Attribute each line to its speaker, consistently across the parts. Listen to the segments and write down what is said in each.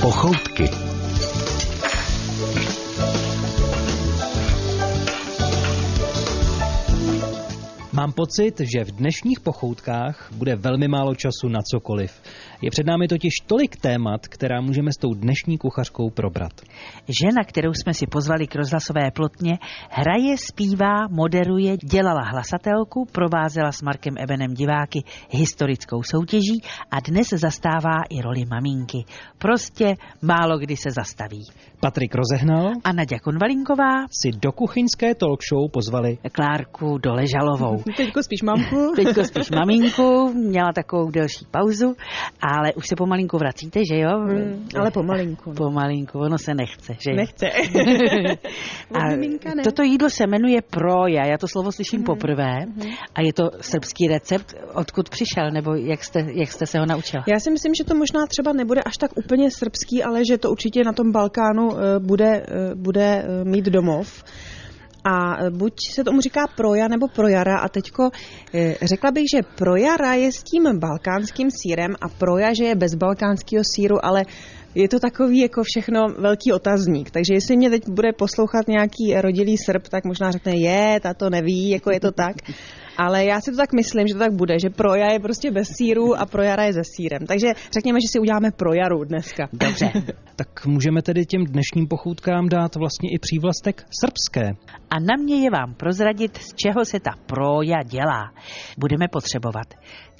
Speaker 1: Pochoutky.
Speaker 2: Mám pocit, že v dnešních pochoutkách bude velmi málo času na cokoliv. Je před námi totiž tolik témat, která můžeme s tou dnešní kuchařkou probrat.
Speaker 3: Žena, kterou jsme si pozvali k rozhlasové plotně, hraje, zpívá, moderuje, dělala hlasatelku, provázela s Markem Ebenem diváky historickou soutěží a dnes zastává i roli maminky. Prostě málo kdy se zastaví.
Speaker 2: Patrik rozehnal
Speaker 3: A Nadia Konvalinková
Speaker 2: si do kuchyňské talk show pozvali
Speaker 3: Klárku Doležalovou.
Speaker 4: Teďko spíš mamku.
Speaker 3: Teďko spíš maminku, měla takovou delší pauzu, ale už se pomalinku vracíte, že jo?
Speaker 4: Hmm, ale pomalinku.
Speaker 3: Pomalinku, ono se nechce, že jo?
Speaker 4: Nechce.
Speaker 3: A
Speaker 4: Maminka ne. Mhm.
Speaker 3: toto jídlo se jmenuje proja, já to slovo slyším poprvé a je to srbský recept, odkud přišel, nebo jak jste, jak jste se ho naučila?
Speaker 4: Já si myslím, že to možná třeba nebude až tak úplně srbský, ale že to určitě na tom Balkánu eh, bude, eh, bude eh, mít domov. A eh, buď se tomu říká proja nebo projara a teďko eh, řekla bych, že projara je s tím balkánským sírem a proja, že je bez balkánského síru, ale je to takový jako všechno velký otazník. Takže jestli mě teď bude poslouchat nějaký rodilý Srb, tak možná řekne, je, ta to neví, jako je to tak. Ale já si to tak myslím, že to tak bude, že proja je prostě bez síru a projara je se sírem. Takže řekněme, že si uděláme projaru dneska.
Speaker 3: Dobře.
Speaker 2: Tak můžeme tedy těm dnešním pochoutkám dát vlastně i přívlastek srbské.
Speaker 3: A na mě je vám prozradit, z čeho se ta proja dělá. Budeme potřebovat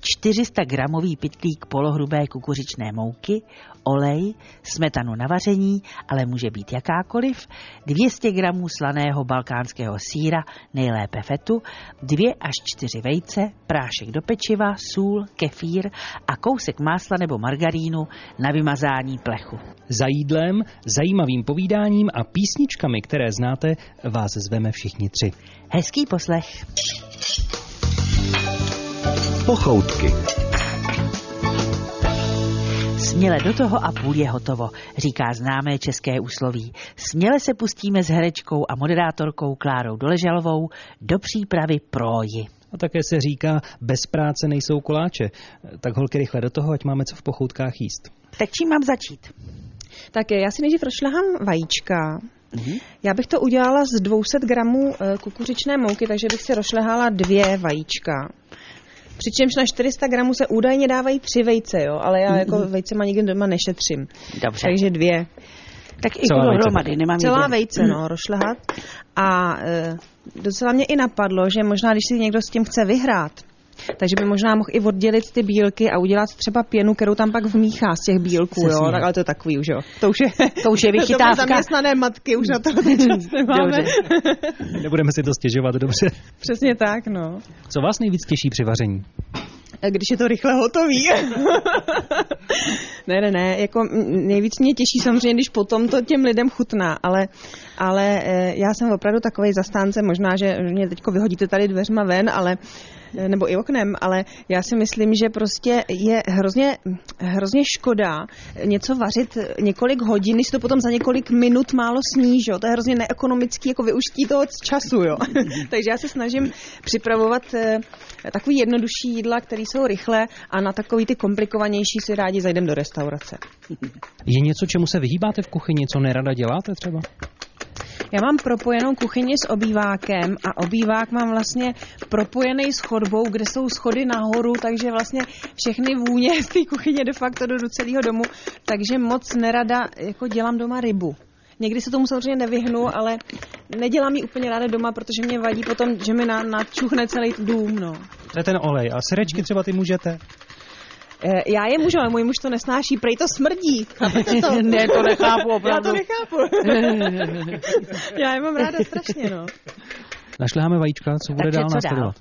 Speaker 3: 400 gramový pitlík polohrubé kukuřičné mouky, olej, smetanu na vaření, ale může být jakákoliv, 200 gramů slaného balkánského síra, nejlépe fetu, 2 až 4 vejce, prášek do pečiva, sůl, kefír a kousek másla nebo margarínu na vymazání plechu.
Speaker 2: Za jídlem, zajímavým povídáním a písničkami, které znáte, vás zveme všichni tři.
Speaker 3: Hezký poslech!
Speaker 1: Pochoutky.
Speaker 3: Směle do toho a půl je hotovo, říká známé české úsloví. Směle se pustíme s herečkou a moderátorkou Klárou Doležalovou do přípravy proji.
Speaker 2: A také se říká, bez práce nejsou koláče. Tak holky rychle do toho, ať máme co v pochoutkách jíst.
Speaker 3: Tak čím mám začít?
Speaker 4: Tak já si nejdřív rozšlehám vajíčka.
Speaker 3: Mhm.
Speaker 4: Já bych to udělala z 200 gramů eh, kukuřičné mouky, takže bych si rozšlehala dvě vajíčka. Přičemž na 400 gramů se údajně dávají tři vejce, jo? ale já jako vejce má nikdy doma nešetřím.
Speaker 3: Dobře.
Speaker 4: Takže dvě.
Speaker 3: tak i
Speaker 2: Celá vejce.
Speaker 3: dohromady, nemám
Speaker 4: Celá
Speaker 3: jeden.
Speaker 4: vejce,
Speaker 3: Mm.
Speaker 4: no, rošlehat. A e, docela mě i napadlo, že možná, když si někdo s tím chce vyhrát, takže by možná mohl i oddělit ty bílky a udělat třeba pěnu, kterou tam pak vmíchá z těch bílků,
Speaker 2: Přesně.
Speaker 4: jo? Tak, ale to je takový už, jo. To už je,
Speaker 3: To už je
Speaker 4: To
Speaker 3: vychytávka.
Speaker 4: byly zaměstnané matky, už na to čas nemáme.
Speaker 3: Dobře.
Speaker 2: Nebudeme si to stěžovat, dobře.
Speaker 4: Přesně tak, no.
Speaker 2: Co vás nejvíc těší při vaření?
Speaker 4: Když je to rychle hotový. ne, ne, ne, jako mm, nejvíc mě těší samozřejmě, když potom to těm lidem chutná, ale, ale eh, já jsem opravdu takový zastánce, možná, že mě teďko vyhodíte tady dveřma ven, ale eh, nebo i oknem, ale já si myslím, že prostě je hrozně, hrozně škoda něco vařit několik hodin, když se to potom za několik minut málo sníží. jo. To je hrozně neekonomický jako využití toho času. Jo. Takže já se snažím připravovat eh, takový jednodušší jídla, které jsou rychlé a na takový ty komplikovanější si rádi zajdem do restaurace.
Speaker 2: Je něco, čemu se vyhýbáte v kuchyni, co nerada děláte třeba?
Speaker 4: Já mám propojenou kuchyni s obývákem a obývák mám vlastně propojený s chodbou, kde jsou schody nahoru, takže vlastně všechny vůně z té kuchyně de facto jdu do celého domu, takže moc nerada jako dělám doma rybu. Někdy se tomu samozřejmě nevyhnu, ale nedělám ji úplně ráda doma, protože mě vadí potom, že mi na, nadčuchne celý dům. No.
Speaker 2: To je ten olej. A syrečky třeba ty můžete?
Speaker 4: Eh, Já je můžu, ale můj muž to nesnáší, prej to smrdí. Chápete to?
Speaker 3: Ne, to nechápu opravdu.
Speaker 4: Já to nechápu. Já je mám ráda strašně, no.
Speaker 2: Našleháme vajíčka, co bude
Speaker 3: Takže
Speaker 2: dál
Speaker 3: co dál?
Speaker 2: následovat.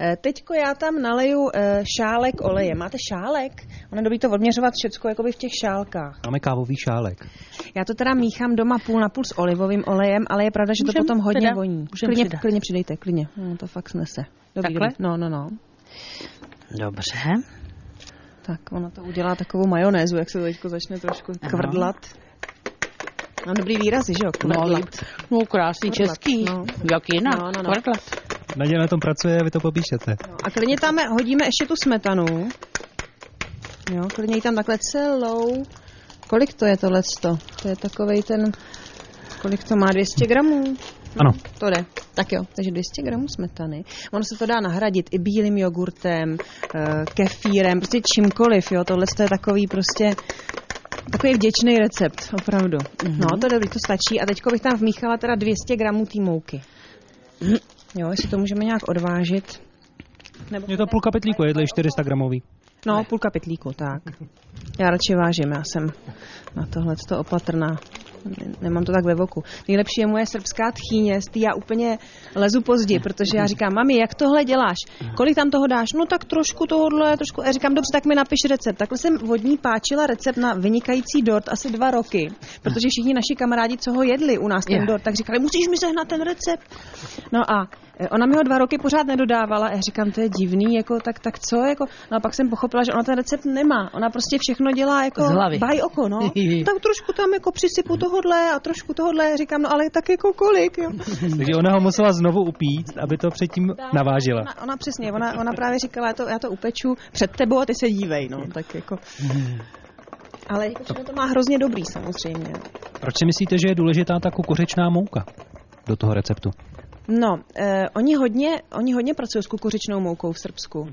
Speaker 4: Eh, Teďko já tam naleju eh, šálek oleje. Máte šálek? Ono je dobrý to odměřovat všecko jakoby v těch šálkách.
Speaker 2: Máme kávový šálek.
Speaker 4: Já to teda míchám doma půl na půl s olivovým olejem, ale je pravda, že to
Speaker 3: Můžem
Speaker 4: potom hodně
Speaker 3: přidat?
Speaker 4: voní.
Speaker 3: Můžem
Speaker 4: Klidně,
Speaker 3: přidat.
Speaker 4: klidně přidejte, klidně. No, to fakt snese. Dobrý,
Speaker 3: Takhle?
Speaker 4: dobrý. No, no, no.
Speaker 3: Dobře.
Speaker 4: Tak ono to udělá takovou majonézu, jak se to teďko začne trošku
Speaker 3: Ano.
Speaker 4: kvrdlat. Mám dobrý výrazy, že jo? Kvrdlat.
Speaker 3: no krásný
Speaker 4: Kvrdlat, no.
Speaker 3: jak jinak,
Speaker 4: No, no, no.
Speaker 3: kvrdlat.
Speaker 2: Naděje na tom pracuje a vy to popíšete.
Speaker 4: No, a klidně tam hodíme ještě tu smetanu. Jo, klidně ji tam takhle celou Kolik to je tohle? To je takovej ten... Kolik to má? 200 gramů? Hm,
Speaker 2: Ano.
Speaker 4: To jde. Tak jo, takže 200 gramů smetany. Ono se to dá nahradit i bílým jogurtem, eh, kefírem, prostě čímkoliv, jo. Tohle to je takový prostě takový vděčný recept, opravdu. No, to je dobrý, to stačí. A teď bych tam vmíchala teda 200 gramů té mouky. Jo, jestli to můžeme nějak odvážit. Nebo
Speaker 2: Je to půlka pytlíku, jedle 400 gramový.
Speaker 4: No, půlka pytlíku, tak. Já radši vážím, já jsem na tohle to opatrná. Ne- Nemám to tak ve voku. Nejlepší je moje srbská tchýně, z té já úplně lezu pozdě, protože já říkám, mami, jak tohle děláš? Kolik tam toho dáš? No tak trošku tohohle, trošku. A já říkám, dobře, tak mi napiš recept. Takhle jsem vodní páčila recept na vynikající dort asi dva roky, protože všichni naši kamarádi, co ho jedli u nás ten
Speaker 3: Je.
Speaker 4: dort, tak říkali, musíš mi sehnat ten recept. No a eh, ona mi ho dva roky pořád nedodávala a já říkám, to je divný, jako, tak, tak co? Jako, no a pak jsem pochopila, že ona ten recept nemá. Ona prostě všechno dělá jako
Speaker 3: Z hlavy.
Speaker 4: by oko, no. tak trošku tam jako přisypu tohodle a trošku tohodle, říkám, no ale tak jako kolik, jo.
Speaker 2: Takže ona ho musela znovu upít, aby to předtím navážila.
Speaker 4: Ona, ona přesně, ona, ona právě říkala, já to, já to upeču před tebou a ty se dívej, no, tak jako. Ale jako všechno to má hrozně dobrý samozřejmě.
Speaker 2: Proč si myslíte, že je důležitá ta kukuřičná mouka do toho receptu?
Speaker 4: No, eh, oni, hodně, oni hodně pracují s kukuřičnou moukou v Srbsku.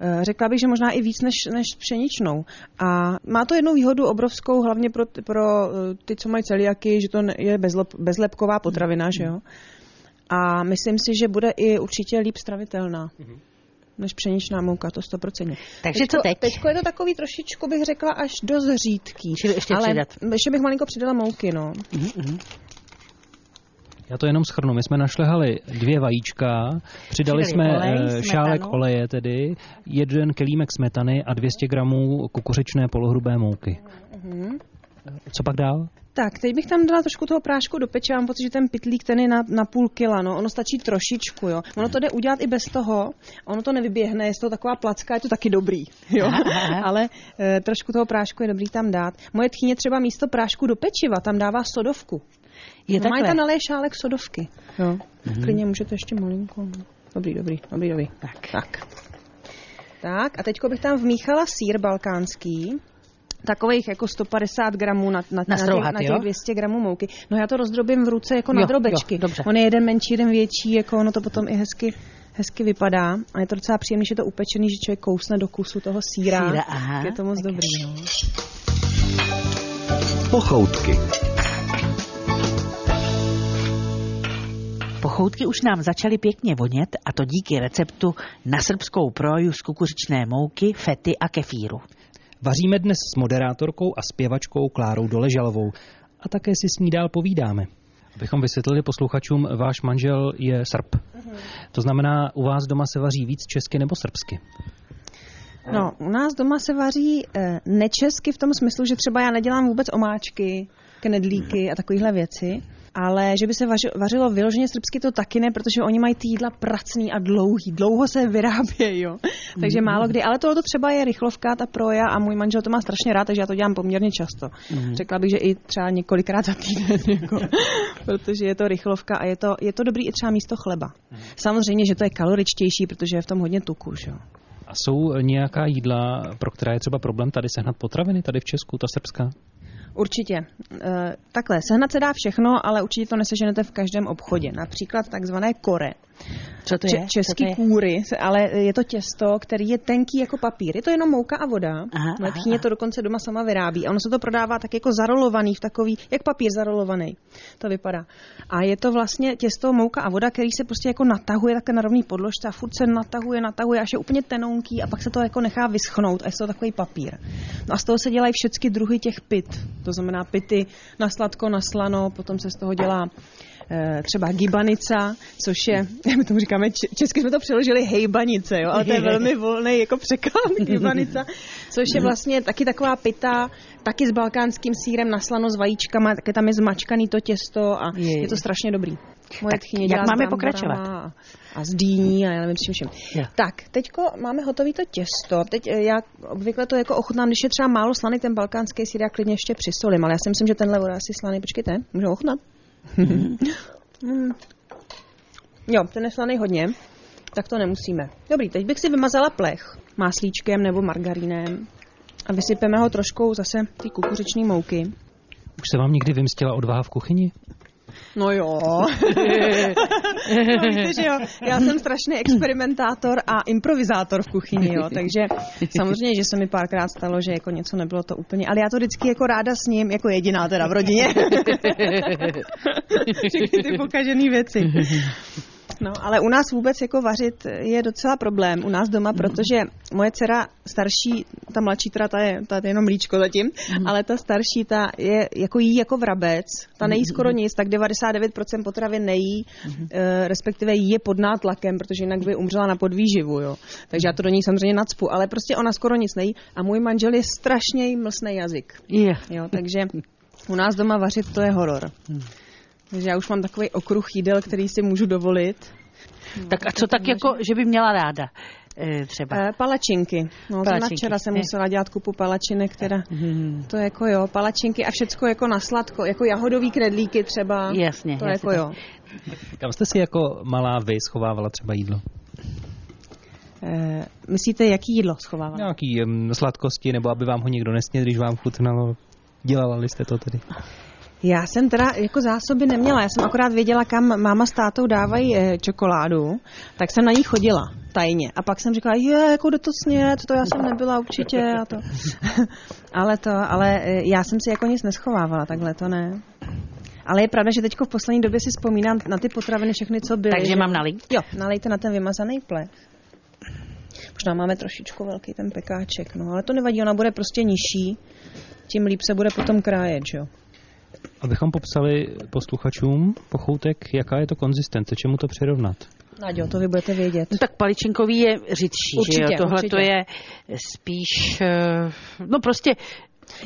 Speaker 4: Eh, řekla bych, že možná i víc než, než s pšeničnou. A má to jednu výhodu obrovskou, hlavně pro, t- pro eh, ty, co mají celiaky, že to ne- je bezlep, bezlepková potravina, že jo? A myslím si, že bude i určitě líp stravitelná než pšeničná mouka, to 100%.
Speaker 3: Takže co teď?
Speaker 4: Teďko je to takový trošičku, bych řekla, až dost řídký.
Speaker 3: Čili ještě
Speaker 4: ale
Speaker 3: přidat.
Speaker 4: ještě bych malinko přidala mouky, no.
Speaker 3: Mhm,
Speaker 2: Já to jenom schrnu. My jsme našlehali dvě vajíčka, přidali
Speaker 3: Přidali
Speaker 2: jsme
Speaker 3: olej,
Speaker 2: eh,
Speaker 3: smetanu.
Speaker 2: šálek oleje tedy, jeden kelímek smetany a 200 gramů kukuřičné polohrubé mouky.
Speaker 3: Mhm.
Speaker 2: Co pak dál?
Speaker 4: Tak, teď bych tam dala trošku toho prášku do peče, mám pocit, že ten pitlík ten je na, na půl kila, no, ono stačí trošičku, jo. Ono to jde udělat i bez toho, ono to nevyběhne, je to taková placka, je to taky dobrý, jo. Ale e, trošku toho prášku je dobrý tam dát. Moje tchýně třeba místo prášku do pečiva tam dává sodovku.
Speaker 3: Je
Speaker 4: no, mají
Speaker 3: takhle.
Speaker 4: tam naléje šálek sodovky, jo. Klidně můžete ještě malinko. no. Dobrý, dobrý, dobrý, dobrý.
Speaker 3: Tak.
Speaker 4: Tak. Tak a teďko bych tam vmíchala sír balkánský, takových jako 150 gramů na, na, na, těch,
Speaker 3: Nastrouhat,
Speaker 4: na těch
Speaker 3: jo?
Speaker 4: 200 gramů mouky. No já to rozdrobím v ruce jako na
Speaker 3: Jo,
Speaker 4: drobečky.
Speaker 3: jo, dobře.
Speaker 4: On je jeden menší, jeden větší, jako ono to potom i hezky hezky vypadá a je to docela příjemný, že je to upečený, že člověk kousne do kusu toho síra.
Speaker 3: Síra, aha.
Speaker 4: je to moc dobrý. No.
Speaker 1: Pochoutky.
Speaker 3: Pochoutky už nám začaly pěkně vonět a to díky receptu na srbskou proju z kukuřičné mouky, fety a kefíru.
Speaker 2: Vaříme dnes s moderátorkou a zpěvačkou Klárou Doležalovou a také si s ní dál povídáme. Abychom vysvětlili posluchačům, váš manžel je Srb. To znamená, u vás doma se vaří víc česky nebo srbsky.
Speaker 4: No, u nás doma se vaří eh, nečesky v tom smyslu, že třeba já nedělám vůbec omáčky, knedlíky a takovéhle věci, ale že by se vaři, vařilo vyloženě srbsky, to taky ne, protože oni mají ty jídla pracný a dlouhý, dlouho se vyrábějí, jo. Takže málo kdy, ale tohle třeba je rychlovka, ta proja a můj manžel to má strašně rád, takže já to dělám poměrně často. Řekla bych, že i třeba několikrát za týden, jako, protože je to rychlovka a je to, je to dobrý i třeba místo chleba. Samozřejmě, že to je kaloričtější, protože je v tom hodně tuku, že jo.
Speaker 2: A jsou nějaká jídla, pro která je třeba problém tady sehnat potraviny, tady v Česku, ta srbská?
Speaker 4: Určitě. Eh, Takhle, sehnat se dá všechno, ale určitě to neseženete v každém obchodě. Například takzvané kore.
Speaker 3: Co to
Speaker 4: Če-
Speaker 3: je?
Speaker 4: český
Speaker 3: Co to je?
Speaker 4: kůry, ale je to těsto, který je tenký jako papír. Je to jenom mouka a voda.
Speaker 3: Aha, aha,
Speaker 4: Lepšíně to dokonce doma sama vyrábí. A ono se to prodává tak jako zarolovaný v takový, jak papír zarolovaný. To vypadá. A je to vlastně těsto, mouka a voda, který se prostě jako natahuje také na rovný podložce a furt se natahuje, natahuje, až je úplně tenounký a pak se to jako nechá vyschnout a je to takový papír. No a z toho se dělají všechny druhy těch pit. To znamená pity na sladko, na slano, potom se z toho dělá eh, třeba gibanica, což je, my tomu říkáme, če- česky jsme to přeložili hejbanice, jo, ale to je velmi volný jako překlad gibanica, což je vlastně taky taková pita, taky s balkánským sírem naslano s vajíčkama, taky tam je zmačkaný to těsto a
Speaker 3: Jej.
Speaker 4: je to strašně dobrý. Moje
Speaker 3: Tak
Speaker 4: tchyně
Speaker 3: jak
Speaker 4: dělá s
Speaker 3: máme
Speaker 4: bramborama
Speaker 3: pokračovat?
Speaker 4: A, a z dýní a já nevím s čím vším.
Speaker 3: Jo.
Speaker 4: Tak, teďko máme hotový to těsto. Teď eh, já obvykle to jako ochutnám, když je třeba málo slaný ten balkánský sír, já klidně ještě přisolím, ale já si myslím, že tenhle bude asi slaný. Počkejte, můžu ho ochutnat? Mm. Jo, ten je slaný hodně, tak to nemusíme. Dobrý, teď bych si vymazala plech máslíčkem nebo margarínem. a vysypeme ho troškou zase ty kukuřiční mouky.
Speaker 2: Už se vám někdy vymstila odvaha v kuchyni?
Speaker 4: No jo. no, víte, že jo. Já jsem strašný experimentátor a improvizátor v kuchyni, jo. Takže samozřejmě, že se mi párkrát stalo, že jako něco nebylo to úplně. Ale já to vždycky jako ráda s ním, jako jediná teda v rodině. Všechny ty pokažené věci. No, ale u nás vůbec jako vařit je docela problém u nás doma, protože moje dcera starší, ta mladší teda, ta je, ta je jenom mlíčko zatím, ale ta starší, ta je jako jí jako vrabec, ta nejí skoro nic, tak 99% potravin nejí, eh, respektive jí je pod nátlakem, protože jinak by umřela na podvýživu, jo. Takže já to do ní samozřejmě nacpu, ale prostě ona skoro nic nejí a můj manžel je strašně mlsný jazyk,
Speaker 3: Je.
Speaker 4: jo, takže u nás doma vařit to je horor. Takže já už mám takový okruh jídel, který si můžu dovolit.
Speaker 3: Tak a co tak jako, že by měla ráda eh, třeba?
Speaker 4: Eh, Palačinky. No, zrovna
Speaker 3: Palačinky,
Speaker 4: včera jsem
Speaker 3: je.
Speaker 4: musela dělat kupu palačinek, teda.
Speaker 3: Mhm.
Speaker 4: To jako jo, palačinky a všecko jako na sladko, jako jahodový knedlíky třeba.
Speaker 3: Jasně,
Speaker 4: To
Speaker 3: jasně,
Speaker 4: jako
Speaker 3: tak.
Speaker 4: jo.
Speaker 2: Kam jste si jako malá vy schovávala třeba jídlo?
Speaker 4: Eh, myslíte, jaký jídlo schovávat?
Speaker 2: Nějaký um, sladkosti, nebo aby vám ho někdo nesněl, když vám chutnalo? Dělala jste to tedy?
Speaker 4: Já jsem teda jako zásoby neměla, já jsem akorát věděla, kam máma s tátou dávají eh, čokoládu, tak jsem na ní chodila tajně. A pak jsem říkala, je, jako jde to snět, to já jsem nebyla určitě a to. ale to, ale eh, já jsem si jako nic neschovávala, takhle to ne. Ale je pravda, že teď v poslední době si vzpomínám na ty potraviny všechny, co byly.
Speaker 3: Takže
Speaker 4: že-
Speaker 3: mám nalít?
Speaker 4: Jo, nalejte na ten vymazaný plech. Možná máme trošičku velký ten pekáček, no ale to nevadí, ona bude prostě nižší, tím líp se bude potom krájet, že jo.
Speaker 2: Abychom popsali posluchačům pochoutek, jaká je to konzistence, čemu to přirovnat?
Speaker 4: Naďo, to vy budete vědět.
Speaker 3: No tak paličinkový je řidší, že
Speaker 4: Určitě,
Speaker 3: jo? Tohle to
Speaker 4: určitě.
Speaker 3: je spíš, eh, no prostě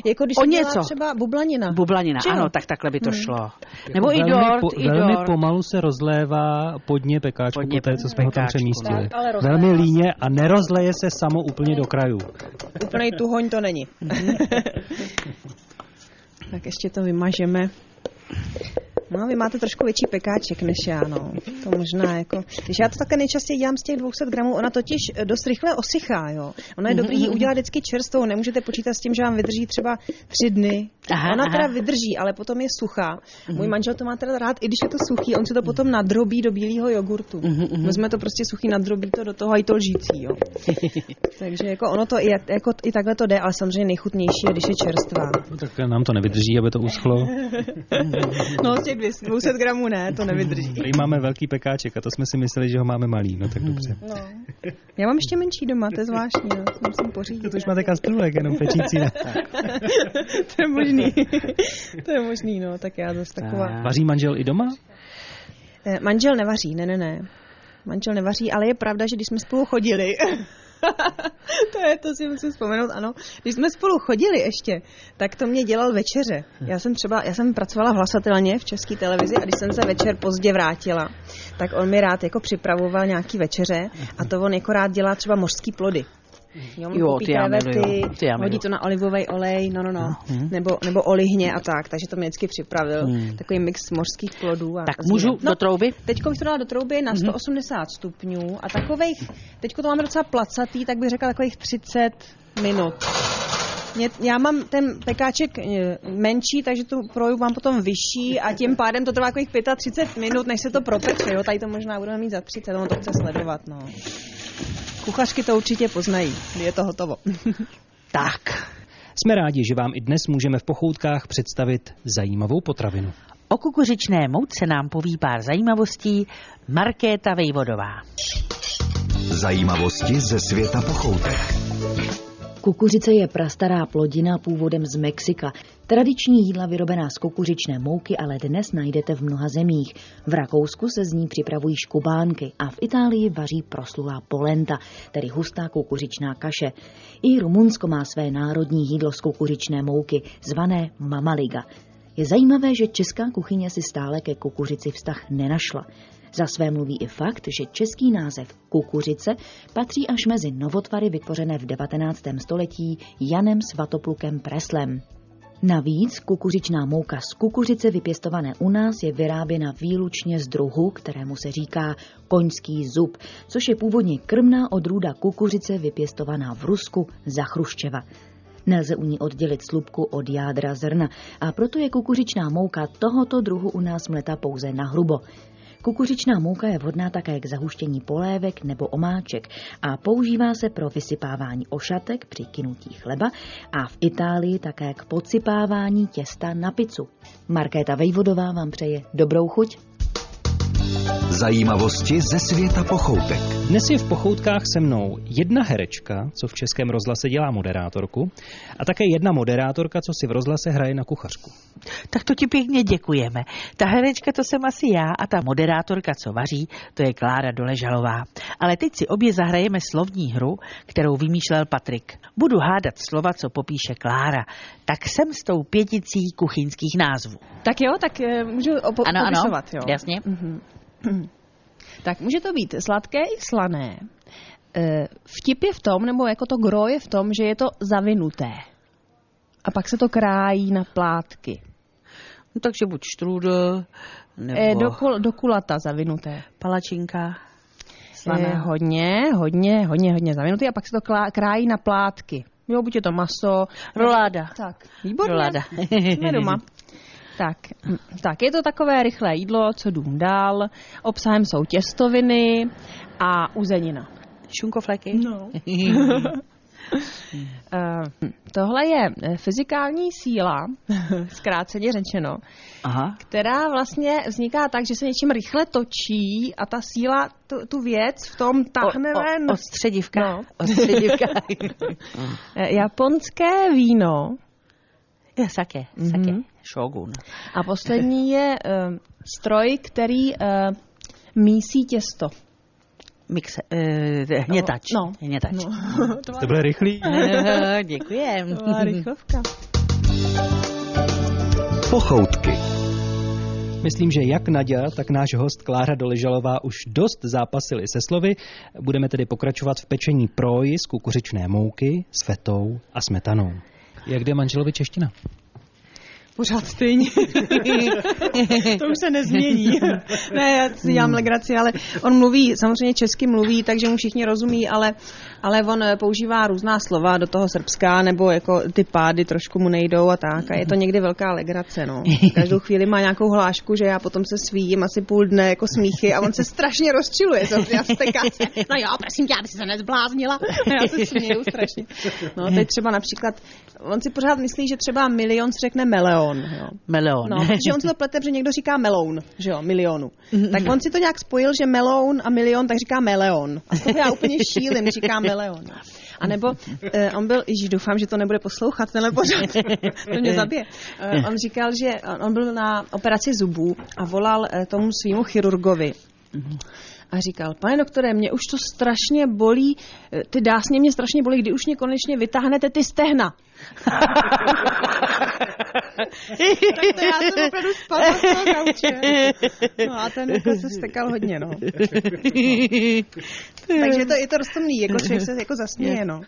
Speaker 4: Jako když
Speaker 3: O
Speaker 4: se dělá
Speaker 3: něco.
Speaker 4: třeba bublanina.
Speaker 3: bublanina,
Speaker 4: Že jo?
Speaker 3: ano, tak takhle by to šlo. Nebo i
Speaker 2: Jako velmi,
Speaker 3: dort,
Speaker 2: po,
Speaker 3: i
Speaker 2: velmi
Speaker 3: dort.
Speaker 2: pomalu se rozlévá podně pekáčku, podně
Speaker 3: Podně
Speaker 2: poté, co jsme ho tam
Speaker 3: pekáčku,
Speaker 2: přemístili.
Speaker 4: tak, ale rozlévá
Speaker 2: velmi líně a nerozleje se samo úplně do krajů.
Speaker 4: Úplnej tuhoň to není. tak ještě to vymažeme. No, vy máte trošku větší pekáček než já, no. To možná jako... Když já to také nejčastěji dělám z těch 200 gramů, ona totiž eh, dost rychle osychá, jo. Ona je dobrý ji udělat vždycky čerstvou, nemůžete počítat s tím, že vám vydrží třeba tři dny.
Speaker 3: Aha,
Speaker 4: ona teda
Speaker 3: aha.
Speaker 4: vydrží, ale potom je suchá. Můj manžel to má teda rád, i když je to suchý, on si to potom nadrobí do bílého jogurtu. My jsme to prostě suchý, nadrobí to do toho a i to lžící, jo. Takže jako ono to i, jako, i takhle to jde, ale samozřejmě nejchutnější je, když je čerstvá.
Speaker 2: No, tak nám to nevydrží, aby to uschlo.
Speaker 4: No z těch 200 200 gramů ne, to nevydrží.
Speaker 2: Tady máme velký pekáček a to jsme si mysleli, že ho máme malý. No tak dobře.
Speaker 3: Hmm.
Speaker 4: No. Já mám ještě menší doma, to je zvláštní, no. to musím pořídit.
Speaker 2: To už máte kastrůlek, jenom pečící.
Speaker 4: to je možný, to je možný, no, tak já zase taková.
Speaker 2: Vaří manžel i doma?
Speaker 4: Eh, Manžel nevaří, ne, ne, ne. Manžel nevaří, ale je pravda, že když jsme spolu chodili, to je, to si musím vzpomenout, ano. Když jsme spolu chodili ještě, tak to mě dělal večeře.
Speaker 3: Hm.
Speaker 4: Já jsem třeba, já jsem pracovala v hlasatelně v české televizi a když jsem se večer pozdě vrátila, tak on mi rád jako připravoval nějaký večeře a to on jako rád dělá třeba mořský plody. Jo, on
Speaker 3: Hm. Jo,
Speaker 4: koupí
Speaker 3: ty já miluju,
Speaker 4: krevety,
Speaker 3: ty já miluju. Mhm.
Speaker 4: hodí to na olivový olej, no, no, no, nebo, nebo olihně a tak, takže to mě vždycky připravil. Takový mix mořských plodů. A
Speaker 3: Tak
Speaker 4: zvířat. No,
Speaker 3: můžu do trouby?
Speaker 4: Teď bych to dala do trouby
Speaker 5: Mhm.
Speaker 4: na 180 stupňů a takových, teď to máme docela placatý, tak bych řekla takových 30 minut. Mě, já mám ten pekáček eh, menší, takže tu proju mám potom vyšší a tím pádem to trvá takových 35 minut, než se to propeče. Jo? Tady to možná budeme mít za 30, ono to chce sledovat. No. Kuchařky to určitě poznají, kdy je to hotovo.
Speaker 3: Tak.
Speaker 2: Jsme rádi, že vám i dnes můžeme v pochoutkách představit zajímavou potravinu.
Speaker 3: O kukuřičné mouce nám poví pár zajímavostí Markéta Vejvodová.
Speaker 1: Zajímavosti ze světa pochoutek.
Speaker 6: Kukuřice je prastará plodina původem z Mexika. Tradiční jídla vyrobená z kukuřičné mouky ale dnes najdete v mnoha zemích. V Rakousku se z ní připravují škubánky a v Itálii vaří proslulá polenta, tedy hustá kukuřičná kaše. I Rumunsko má své národní jídlo z kukuřičné mouky, zvané mamaliga. Je zajímavé, že česká kuchyně si stále ke kukuřici vztah nenašla. Za své mluví i fakt, že český název kukuřice patří až mezi novotvary vytvořené v 19. století Janem Svatoplukem Preslem. Navíc kukuřičná mouka z kukuřice vypěstované u nás je vyráběna výlučně z druhu, kterému se říká koňský zub, což je původně krmná odrůda kukuřice vypěstovaná v Rusku za Chruščeva. Nelze u ní oddělit slupku od jádra zrna a proto je kukuřičná mouka tohoto druhu u nás mleta pouze na hrubo. Kukuřičná mouka je vhodná také k zahuštění polévek nebo omáček a používá se pro vysypávání ošatek při kynutí chleba a v Itálii také k podsypávání těsta na pizzu. Markéta Vejvodová vám přeje dobrou chuť.
Speaker 1: Zajímavosti ze světa pochoutek.
Speaker 2: Dnes je v pochoutkách se mnou jedna herečka, co v Českém rozhlase dělá moderátorku, a také jedna moderátorka, co si v rozhlase hraje na kuchařku.
Speaker 3: Tak to ti pěkně děkujeme. Ta herečka to jsem asi já a ta moderátorka, co vaří, to je Klára Doležalová. Ale teď si obě zahrajeme slovní hru, kterou vymýšlel Patrik. Budu hádat slova, co popíše Klára. Tak jsem s tou pěticí kuchyňských názvů.
Speaker 5: Tak jo, tak eh, můžu opo-
Speaker 3: Ano, ano,
Speaker 5: popisovat, jo.
Speaker 3: jasně.
Speaker 5: Mhm. tak může to být sladké i slané. Eh, Vtip je v tom, nebo jako to gro je v tom, že je to zavinuté. A pak se to krájí na plátky.
Speaker 3: No, takže buď štrůdl, nebo
Speaker 5: Eh, Do, kul, do kulata zavinuté. E,
Speaker 3: palačinka.
Speaker 5: Eh, Hodně, hodně, hodně, hodně zavinutý. A pak se to klá, krájí na plátky. Jo, buď je to maso.
Speaker 3: Roláda.
Speaker 5: Tak, výborně.
Speaker 3: Roláda.
Speaker 5: Jsme doma. Tak, hm, tak, je to takové rychlé jídlo, co dům dál. Obsahem jsou těstoviny a uzenina.
Speaker 3: Eh, Šunkofleky.
Speaker 5: No. Eh, hm, Tohle je eh, fyzikální síla, zkráceně řečeno,
Speaker 3: Aha.
Speaker 5: která vlastně vzniká tak, že se něčím rychle točí a ta síla tu, tu věc v tom tahne
Speaker 3: O- o-
Speaker 5: ven.
Speaker 3: Odstředivka.
Speaker 5: No.
Speaker 3: Odstředivka.
Speaker 5: Eh, Japonské víno
Speaker 3: Ja, sake, sake.
Speaker 5: Mhm.
Speaker 3: Shogun.
Speaker 5: a poslední je eh, stroj, který eh, mísí těsto.
Speaker 3: Mixe, eh, hnětač.
Speaker 5: No.
Speaker 3: Hnětač. No.
Speaker 2: To bylo rychlý.
Speaker 3: Děkujem.
Speaker 4: No,
Speaker 5: rychlovka.
Speaker 1: Pochoutky.
Speaker 2: Myslím, že jak Nadia, tak náš host Klára Doležalová už dost zápasili se slovy. Budeme tedy pokračovat v pečení proji z kukuřičné mouky, s fetou a smetanou. Jak jde manželovi čeština?
Speaker 4: Pořád stejně. to už se nezmění. ne, já si dělám legraci, ale on mluví, samozřejmě česky mluví, takže mu všichni rozumí, ale, ale on eh, používá různá slova do toho srbská, nebo jako ty pády trošku mu nejdou a tak. A je to někdy velká legrace, no. Každou chvíli má nějakou hlášku, že já potom se svíjím asi půl dne jako smíchy a on se strašně rozčiluje, samozřejmě a vsteká se. No jo, prosím tě, aby si se nezbláznila. A já se směju strašně. No, teď třeba například, on si pořád myslí, že třeba milion se řekne meleon, jo.
Speaker 3: Melon.
Speaker 4: No, že on si to plete, že někdo říká meloun, že jo, milionu. Tak on si to nějak spojil, že meloun a milion, tak říká meleon. A z toho já úplně šílim, říká meleon. A nebo eh, on byl, již doufám, že to nebude poslouchat, tenhle pořád, to mě zabije. Eh, on říkal, že on byl na operaci zubů a volal eh, tomu svýmu chirurgovi. A říkal, pane doktore, mě už to strašně bolí, eh, ty dásně mě strašně bolí, kdy už mě konečně vytáhnete ty stehna. tak to já jsem opravdu spadla z toho gauče. No a ten jako se stekal hodně, no. Takže to, je to roztomný, jako člověk se jako zasměje, no.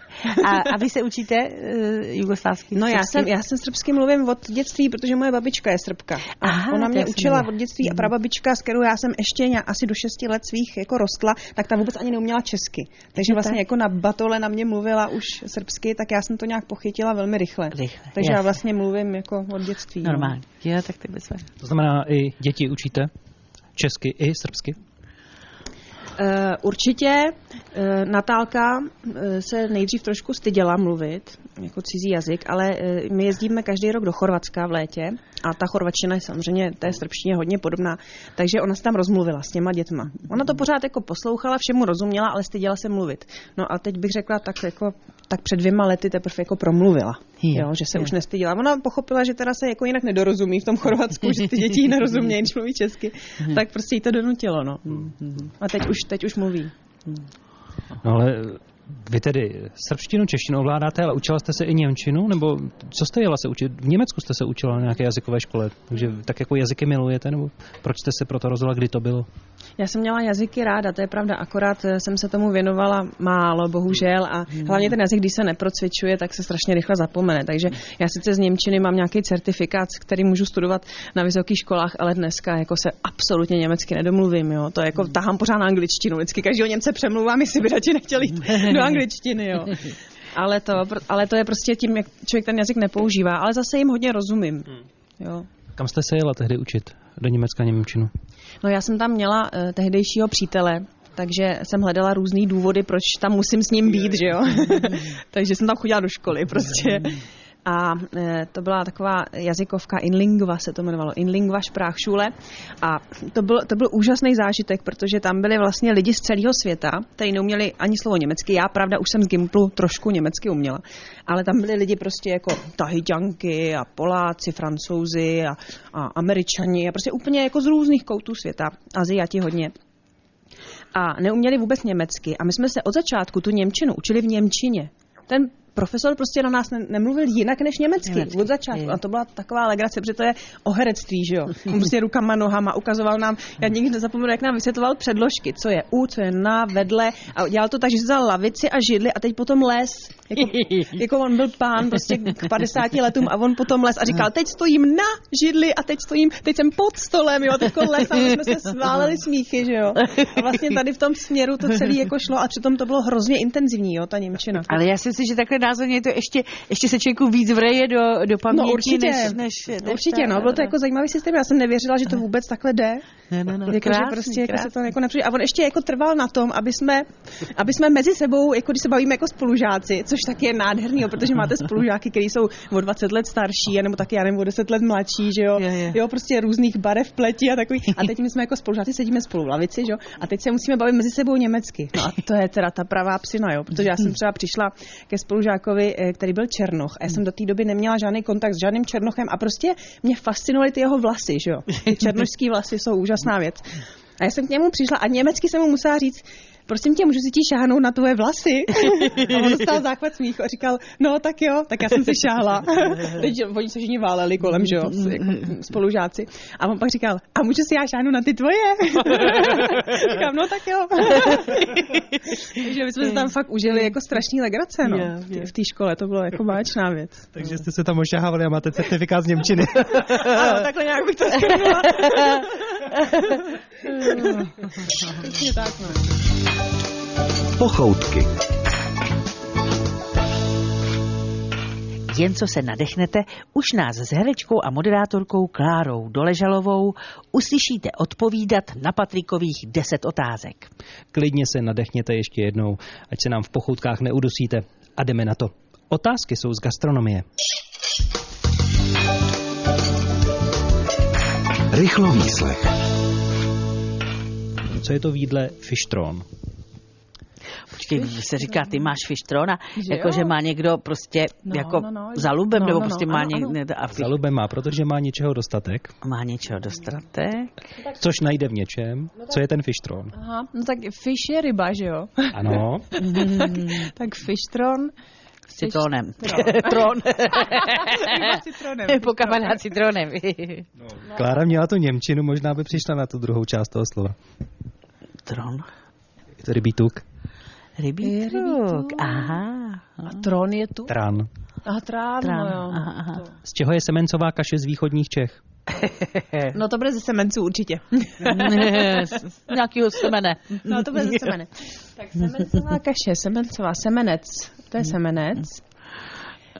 Speaker 3: a, a vy se učíte uh, jugoslávský?
Speaker 4: No já
Speaker 3: srbský?
Speaker 4: jsem, já jsem srbsky mluvím od dětství, protože moje babička je srbka. A
Speaker 3: Aha,
Speaker 4: ona
Speaker 3: to
Speaker 4: mě
Speaker 3: jsem
Speaker 4: učila
Speaker 3: měla.
Speaker 4: od dětství a prababička, s kterou já jsem ještě nějak asi do 6 let svých jako rostla, tak ta vůbec ani neuměla česky. Takže vlastně jako na batole na mě mluvila už srbsky, tak já jsem to nějak pochytila velmi rychle.
Speaker 3: Rychle,
Speaker 4: Takže já
Speaker 3: jasně.
Speaker 4: vlastně mluvím jako od dětství. no.
Speaker 3: Normálně. Jo, tak to je bezvadné.
Speaker 2: To znamená, i děti učíte česky i srbsky?
Speaker 4: Eh, určitě eh, Natálka eh, se nejdřív trošku styděla mluvit, jako cizí jazyk, ale eh, my jezdíme každý rok do Chorvatska v létě a ta chorvačina je samozřejmě té srbštině hodně podobná, takže ona se tam rozmluvila s těma dětma. Ona to pořád jako poslouchala, všemu rozuměla, ale styděla se mluvit. No a teď bych řekla, tak jako tak před dvěma lety teprve jako promluvila,
Speaker 3: Je,
Speaker 4: jo, že se už nestydila. Ona pochopila, že teda se jako jinak nedorozumí v tom Chorvatsku, že ty děti jí nerozumějí, když mluví česky,
Speaker 3: Hm.
Speaker 4: tak prostě jí to donutilo, no. A teď už, teď už mluví.
Speaker 2: No ale vy tedy srbštinu, češtinu ovládáte, ale učila jste se i němčinu? Nebo co jste jela se učit? V Německu jste se učila na nějaké jazykové škole, takže tak jako jazyky milujete? Nebo proč jste se proto rozhodla, kdy to bylo?
Speaker 4: Já jsem měla jazyky ráda, to je pravda, akorát eh, jsem se tomu věnovala málo, bohužel, a hlavně ten jazyk, když se neprocvičuje, tak se strašně rychle zapomene. Takže já sice z Němčiny mám nějaký certifikát, s kterým můžu studovat na vysokých školách, ale dneska jako se absolutně německy nedomluvím, jo. To jako tahám pořád na angličtinu, vždycky každého Němce přemluvám, jestli by radši nechtěl jít do angličtiny, jo.
Speaker 7: Ale to, ale to je prostě tím, jak člověk ten jazyk nepoužívá. Ale zase jim hodně rozumím. Jo.
Speaker 2: Kam jste se jela tehdy učit? Do Německa Němčinu.
Speaker 4: No já jsem tam měla eh, tehdejšího přítele, takže jsem hledala různý důvody, proč tam musím s ním být, že jo. takže jsem tam chodila do školy prostě. A eh, to byla taková jazykovka Inlingva, se to jmenovalo, Inlingva Špráchšule. A to byl, to byl úžasný zážitek, protože tam byli vlastně lidi z celého světa, kteří neuměli ani slovo německy. Já, pravda, už jsem z Gimplu trošku německy uměla, ale tam byli lidi prostě jako Tahitianky a Poláci, Francouzi a, a Američani a prostě úplně jako z různých koutů světa, Aziati hodně a neuměli vůbec německy. A my jsme se od začátku tu Němčinu učili v Němčině. Ten profesor prostě na nás ne- nemluvil jinak než německy,
Speaker 3: Německy,
Speaker 4: od začátku.
Speaker 3: je.
Speaker 4: A to byla taková legrace, protože to je o herectví, že jo. On prostě rukama, nohama ukazoval nám, já nikdy nezapomenu, jak nám vysvětloval předložky, co je u, co je na, vedle. A dělal to tak, že si vzal lavici a židli a teď potom les. Jako, jako on byl pán prostě k 50 letům a on potom les a říkal, teď stojím na židli a teď stojím, teď jsem pod stolem, jo, teď les a my jsme se sváleli smíchy, že jo. A vlastně tady v tom směru to celé jako šlo a přitom to bylo hrozně intenzivní, jo, ta Němčina.
Speaker 3: Ale já si myslím, že takhle názorně to ještě, ještě se člověku víc vreje do, do paměti.
Speaker 4: No určitě,
Speaker 3: než, než, než
Speaker 4: určitě,
Speaker 3: ta-
Speaker 4: no, byl to jako zajímavý systém, já jsem nevěřila, že to vůbec takhle jde.
Speaker 3: Ne, ne, ne.
Speaker 4: Jako, že
Speaker 3: Krásný,
Speaker 4: prostě jako se
Speaker 3: krásný.
Speaker 4: to jako nepřijde. A on ještě jako trval na tom, aby jsme, aby jsme mezi sebou, jako když se bavíme jako spolužáci, což taky je nádherný, jo, protože máte spolužáky, kteří jsou o 20 let starší, anebo taky já nevím, o 10 let mladší, že jo,
Speaker 3: Je, je.
Speaker 4: jo, prostě různých barev pleti a takový. A teď my jsme jako spolužáci sedíme spolu v lavici, že jo, a teď se musíme bavit mezi sebou německy. No a to je teda ta pravá psina, jo, protože já jsem třeba přišla ke spolužákovi, eh, který byl Černoch a já jsem do té doby neměla žádný kontakt s žádným Černochem a prostě mě fascinovaly ty jeho vlasy, že jo. Ty černošský vlasy jsou úžasná věc. A já jsem k němu přišla a německy jsem mu musela říct, prosím tě, můžu si ti šáhnout na tvoje vlasy? A on dostal záchvat smíchu a říkal, no tak jo, tak já jsem si šáhla. Teď oni se všichni váleli kolem, že jo, s- jako spolužáci. A on pak říkal, a můžu si já šáhnout na ty tvoje? Říkám, no tak jo. Takže my jsme se tam fakt užili jako strašný legrace, no.
Speaker 3: Jo,
Speaker 4: V té-
Speaker 3: jo.
Speaker 4: V té škole to bylo jako báječná věc.
Speaker 2: Takže jste se tam ošahávali a máte certifikát z Němčiny.
Speaker 4: Ano, takhle nějak bych to shrnula. Přesně tak, no.
Speaker 1: Pochoutky.
Speaker 3: Jen co se nadechnete, už nás s herečkou a moderátorkou Klárou Doležalovou uslyšíte odpovídat na Patrikových 10 otázek.
Speaker 2: Klidně se nadechněte ještě jednou, ať se nám v pochoutkách neudusíte. A jdeme na to. Otázky jsou z gastronomie.
Speaker 1: Rychlo výslech.
Speaker 2: Co je to v jídle fištron?
Speaker 3: Počkej, když se říká, ty máš fištron a
Speaker 4: no. Že
Speaker 3: jako,
Speaker 4: jo.
Speaker 3: že má někdo prostě
Speaker 4: No,
Speaker 3: jako
Speaker 4: no, no,
Speaker 3: za lubem,
Speaker 4: no,
Speaker 3: nebo
Speaker 4: no,
Speaker 3: prostě
Speaker 4: no,
Speaker 3: má,
Speaker 4: ano,
Speaker 3: ně,
Speaker 4: ano.
Speaker 3: ne, a fi,
Speaker 2: Zalube má, protože má něčeho dostatek,
Speaker 3: má něčeho dostatek.
Speaker 2: což najde v něčem. Co je ten fištron?
Speaker 4: Aha, no tak fish je ryba, že jo?
Speaker 2: Ano.
Speaker 4: tak fishtron,
Speaker 3: S citronem.
Speaker 4: Tron. ryba s citronem.
Speaker 3: Pokavaná citronem.
Speaker 2: Klára měla tu Němčinu, možná by přišla na tu druhou část toho slova.
Speaker 3: Tron.
Speaker 2: Je to rybí tuk?
Speaker 3: Rybí
Speaker 4: Je rybí
Speaker 3: truk.
Speaker 4: truk.
Speaker 3: Aha.
Speaker 4: A tron je tu?
Speaker 2: Tran.
Speaker 4: Aha, trán,
Speaker 3: Trán,
Speaker 4: no jo.
Speaker 3: aha, aha.
Speaker 4: To.
Speaker 2: Z čeho je semencová kaše z východních Čech?
Speaker 4: No to bude ze semenců určitě.
Speaker 3: Nějakýho semene.
Speaker 4: No to bude ze semene. Tak semencová kaše, semencová, semenec, to je semenec.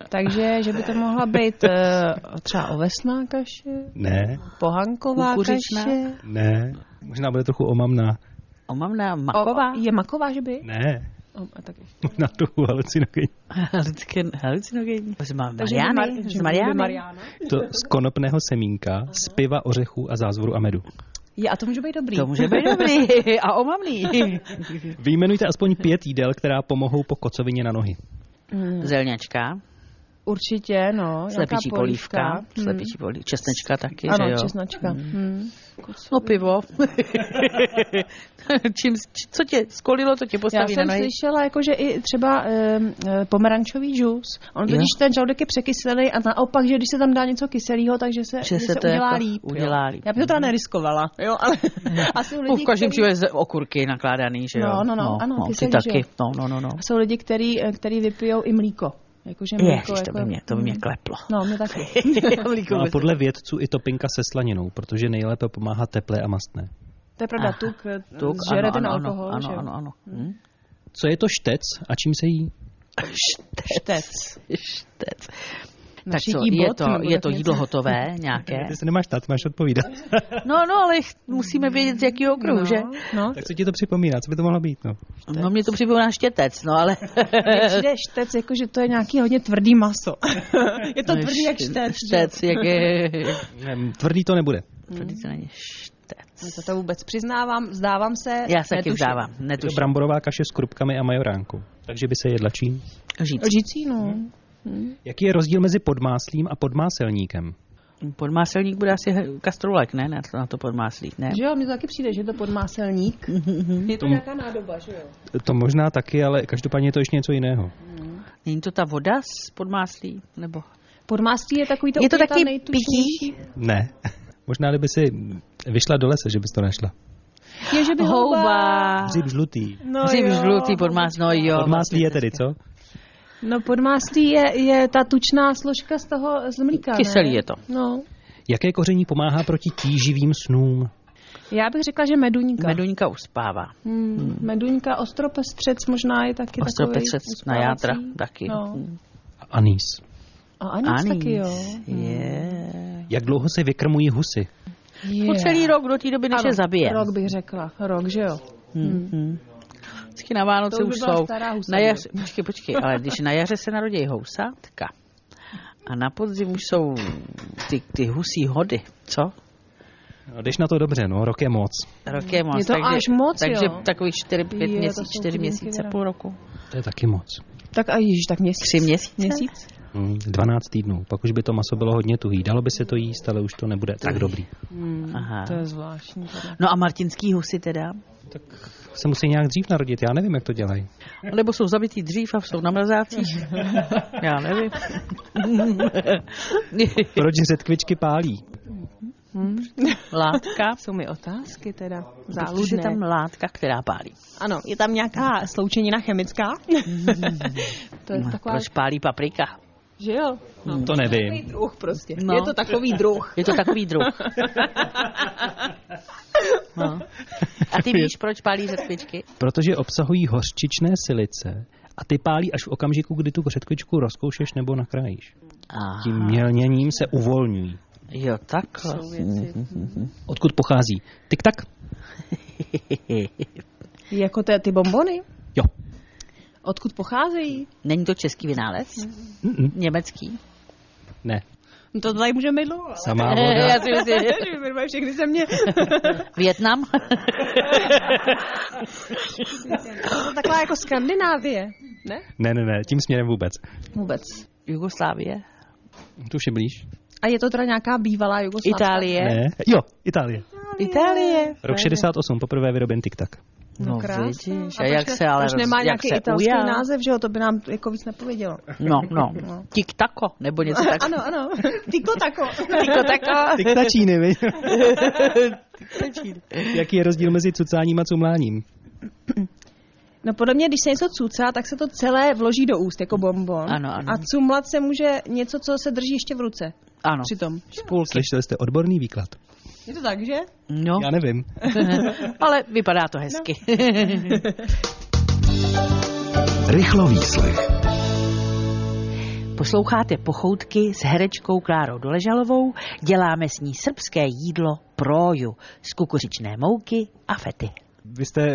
Speaker 4: Takže, že by to mohla být eh, třeba ovesná kaše,
Speaker 2: Ne,
Speaker 4: pohanková
Speaker 3: Kukuřičná?
Speaker 4: kaše.
Speaker 2: ne. Možná bude trochu omamná.
Speaker 3: Omamná
Speaker 4: O-
Speaker 3: maková.
Speaker 4: o- Je maková, že by?
Speaker 2: Ne,
Speaker 4: O, a tak.
Speaker 2: možná trochu halucinogenní.
Speaker 3: Halucin- Halucinogenní. Z Ma-
Speaker 4: Takže že by
Speaker 3: Mariány.
Speaker 4: Mar- že
Speaker 3: Z
Speaker 4: by
Speaker 3: Mariány.
Speaker 4: Mariána.
Speaker 2: To z konopného semínka, z piva, ořechů a zázvoru a medu.
Speaker 4: Je, a to může být dobrý.
Speaker 3: To může být dobrý a omamný.
Speaker 2: Vyjmenujte aspoň pět jídel, která pomohou po kocovině na nohy.
Speaker 4: Mm,
Speaker 3: Zelňačka,
Speaker 4: Určitě, no. nějaká
Speaker 3: slepičí polívka, slepičí polívka, česnečka taky,
Speaker 4: Mm.
Speaker 3: že jo?
Speaker 4: Hmm. Ano, česnačka. Mm.
Speaker 3: No pivo. Čím, č- co tě skolilo, to tě
Speaker 4: Já
Speaker 3: postaví na
Speaker 4: jsem
Speaker 3: nohy.
Speaker 4: slyšela, jako, že i třeba em, eh, pomerančový džus. On
Speaker 3: Jo.
Speaker 4: totiž ten žaludek je překyselý a naopak, že když se tam dá něco kyselého, takže se,
Speaker 3: Že se to
Speaker 4: udělá
Speaker 3: jako
Speaker 4: líp. jo.
Speaker 3: udělá líp. Mhm.
Speaker 4: Já bych to teda neriskovala, jo, ale asi u
Speaker 3: U,
Speaker 4: lidí,
Speaker 3: v každém
Speaker 4: který-
Speaker 3: případě z- okurky nakládaný, že jo?
Speaker 4: No, no, no, ano,
Speaker 3: no, ty
Speaker 4: kyselý, že
Speaker 3: taky,
Speaker 4: jo.
Speaker 3: no, no, no, no.
Speaker 4: Jsou lidi, který, eh, který vypijou i mlíko. Jakože mlíko,
Speaker 3: Ježiš, to
Speaker 4: jako...
Speaker 3: by mě, to by mě
Speaker 4: Mm.
Speaker 3: kleplo.
Speaker 4: No, mě taky.
Speaker 3: Mlíko
Speaker 2: No a
Speaker 3: bez-
Speaker 2: podle vědců i topinka se slaninou, protože nejlépe pomáhá teplé a mastné.
Speaker 4: To je pravda,
Speaker 3: Aha.
Speaker 4: tuk, eh,
Speaker 3: Tuk,
Speaker 4: žere
Speaker 3: ano,
Speaker 4: ten
Speaker 3: ano,
Speaker 4: alkohol,
Speaker 3: ano,
Speaker 4: že
Speaker 3: ano,
Speaker 4: jo.
Speaker 3: ano, ano. Hm?
Speaker 2: Co je to štec a čím se jí?
Speaker 3: Štec. Štec. Tak co,
Speaker 4: Našití
Speaker 3: je
Speaker 4: bot
Speaker 3: to,
Speaker 4: nebo
Speaker 3: je
Speaker 4: tak
Speaker 3: to
Speaker 4: něco?
Speaker 3: jídlo hotové nějaké?
Speaker 2: Ty se nemáš tát, máš odpovídat.
Speaker 3: No, no, ale ch- musíme vědět, z jakého okruhu, že?
Speaker 8: No.
Speaker 2: tak co ti to připomíná? Co by to mohlo být? No?
Speaker 3: No, mě to připomíná štětec, no, ale...
Speaker 8: Mně přijde štec, jako, že to je nějaký hodně tvrdý maso. je to
Speaker 3: No,
Speaker 8: tvrdý jak štec. že?
Speaker 3: Štec, jak je...
Speaker 2: Ne, Ehm, tvrdý to nebude.
Speaker 3: Tvrdý to není štec.
Speaker 4: No to, to vůbec přiznávám, vzdávám se.
Speaker 3: Já se taky
Speaker 4: netuším.
Speaker 3: vzdávám,
Speaker 2: Je to
Speaker 3: netuším.
Speaker 2: bramborová kaše s krupkami a majoránkou. Takže by se jedla čím?
Speaker 3: Říct.
Speaker 4: Lžící, no.
Speaker 3: Mhm.
Speaker 2: Jaký je rozdíl mezi podmáslím a podmáselníkem?
Speaker 3: Podmáselník bude asi he- kastrolek, ne? Na to, na to podmáslík, ne?
Speaker 4: Že jo, mně to taky přijde, že je to podmáselník.
Speaker 3: Mhm.
Speaker 4: Je to nějaká nádoba, že jo?
Speaker 2: To možná taky, ale každopádně je to ještě něco jiného.
Speaker 3: Není to ta voda z podmáslí? Nebo...
Speaker 4: Podmáslí je takový to
Speaker 3: je to
Speaker 4: úplně ta
Speaker 3: taky
Speaker 4: nejtučnější.
Speaker 3: pití?
Speaker 2: Ne. Možná, kdyby si vyšla do lesa, že bys to našla.
Speaker 4: Je, že by houba.
Speaker 3: Houba.
Speaker 2: Hřib žlutý.
Speaker 8: No
Speaker 3: Hřib
Speaker 8: jo.
Speaker 3: žlutý podmás, no jo.
Speaker 2: Podmáslí je tedy, co?
Speaker 4: No podmáslí je, je ta tučná složka z toho z mlíka, ne?
Speaker 3: Kyselý je to.
Speaker 4: No.
Speaker 2: Jaké koření pomáhá proti tíživým snům?
Speaker 4: Já bych řekla, že meduňka.
Speaker 3: Meduňka uspává.
Speaker 4: Hmm. Meduňka, ostropestřec možná je taky
Speaker 3: Ostropestřec
Speaker 4: takový.
Speaker 3: na
Speaker 4: uspávací.
Speaker 3: játra taky.
Speaker 4: No.
Speaker 2: A Anýs.
Speaker 4: A
Speaker 3: No,
Speaker 4: anís, taky jo.
Speaker 3: Hmm. Je.
Speaker 2: Jak dlouho se vykrmují husy?
Speaker 4: Je.
Speaker 3: Po celý rok do té doby, než je zabije.
Speaker 4: Rok bych řekla. Rok, že jo.
Speaker 3: Mm-hmm. Vždycky na Vánoce
Speaker 4: To
Speaker 3: už,
Speaker 4: už by byla
Speaker 3: jsou.
Speaker 4: stará husa,
Speaker 3: Na
Speaker 4: že?
Speaker 3: jaře, počkej, počkej, ale když na jaře se narodí housátka a na podzim už jsou ty, ty husí hody, co?
Speaker 2: No, jdeš na to dobře, no, rok je moc.
Speaker 3: Rok je moc.
Speaker 4: Je to
Speaker 3: takže,
Speaker 4: až moc,
Speaker 3: Takže
Speaker 4: jo.
Speaker 3: takových 4, 5
Speaker 4: Je, to
Speaker 3: měsíc,
Speaker 4: jsou
Speaker 3: 4
Speaker 4: chudinky
Speaker 3: měsíce,
Speaker 4: teda.
Speaker 3: půl roku.
Speaker 2: To je taky moc.
Speaker 8: Tak a již tak měsíc.
Speaker 3: Tři měsíce?
Speaker 8: Měsíc.
Speaker 2: Hmm, 12 týdnů. Pak už by to maso bylo hodně tuhý. Dalo by se to jíst, ale už to nebude tak dobrý.
Speaker 3: Aha.
Speaker 4: To je zvláštní. teda.
Speaker 3: No a martinský husy teda?
Speaker 2: Tak se musí nějak dřív narodit. Já nevím, jak to dělají.
Speaker 3: Nebo jsou zabitý dřív a jsou na mrazácích? Já nevím.
Speaker 2: Proč řetkvičky pálí?
Speaker 3: látka.
Speaker 4: Jsou mi otázky teda.
Speaker 3: Protože
Speaker 4: Záludné.
Speaker 3: je Prostě, tam látka, která pálí.
Speaker 8: Ano, je tam nějaká sloučenina chemická.
Speaker 4: To je
Speaker 3: No,
Speaker 4: taková...
Speaker 3: Proč pálí paprika?
Speaker 4: Že jo?
Speaker 2: To nevím.
Speaker 8: druh prostě.
Speaker 3: No.
Speaker 8: Je to takový druh.
Speaker 3: Je to takový druh. No. A ty víš, proč pálí řetkvičky?
Speaker 2: Protože obsahují hořčičné silice a ty pálí až v okamžiku, kdy tu řetkvičku rozkoušeš nebo nakrájíš.
Speaker 3: Aha.
Speaker 2: Tím mělněním se uvolňují.
Speaker 3: Jo, takhle.
Speaker 2: Odkud pochází? Tik tak?
Speaker 8: Jako ty, ty bombony?
Speaker 2: Jo.
Speaker 4: Odkud pocházejí?
Speaker 3: Není to český vynález?
Speaker 2: Mm-mm.
Speaker 3: Německý?
Speaker 2: Ne.
Speaker 8: No to tady můžeme dlouho. ale-
Speaker 2: Samá voda.
Speaker 3: Já si myslím, že-
Speaker 8: Že vyberme všechny země.
Speaker 3: Větnam?
Speaker 8: To taková jako Skandinávie.
Speaker 2: Ne, ne, ne, tím směrem vůbec.
Speaker 4: Vůbec.
Speaker 3: Jugoslávie?
Speaker 2: Tu už je blíž.
Speaker 4: A je to teda nějaká bývalá Jugoslávka?
Speaker 3: Itálie?
Speaker 2: Ne. Jo, Itálie.
Speaker 3: Itálie.
Speaker 2: Rok 68, poprvé vyroben tik tak.
Speaker 3: No,
Speaker 8: krásné.
Speaker 3: vidíš, a
Speaker 8: A
Speaker 3: jak
Speaker 8: počkej,
Speaker 3: se ale
Speaker 8: proč nemá
Speaker 3: roz- jak
Speaker 8: nějaký
Speaker 3: se
Speaker 8: italský
Speaker 3: ujal.
Speaker 8: název, že jo? To by nám jako víc nepovědělo.
Speaker 3: No, no. Tik tako, nebo něco tak.
Speaker 8: Ano, ano. Tyko tako.
Speaker 3: Tiko tako.
Speaker 2: Tik tačíny, vi? Jaký je rozdíl mezi cucáním a cumláním?
Speaker 8: No podle mě, když se něco cucá, tak se to celé vloží do úst, jako bonbon.
Speaker 3: Ano, ano.
Speaker 8: A cumlat se může něco, co se drží ještě v ruce.
Speaker 3: Ano.
Speaker 8: Přitom.
Speaker 2: Slyšeli jste odborný výklad?
Speaker 8: Je to tak, že?
Speaker 3: No,
Speaker 2: Já nevím.
Speaker 3: ale vypadá to hezky.
Speaker 1: Rychlo výslech.
Speaker 3: Posloucháte pochoutky s herečkou Klárou Doležalovou, děláme s ní srbské jídlo proju z kukuřičné mouky a fety.
Speaker 2: Vy jste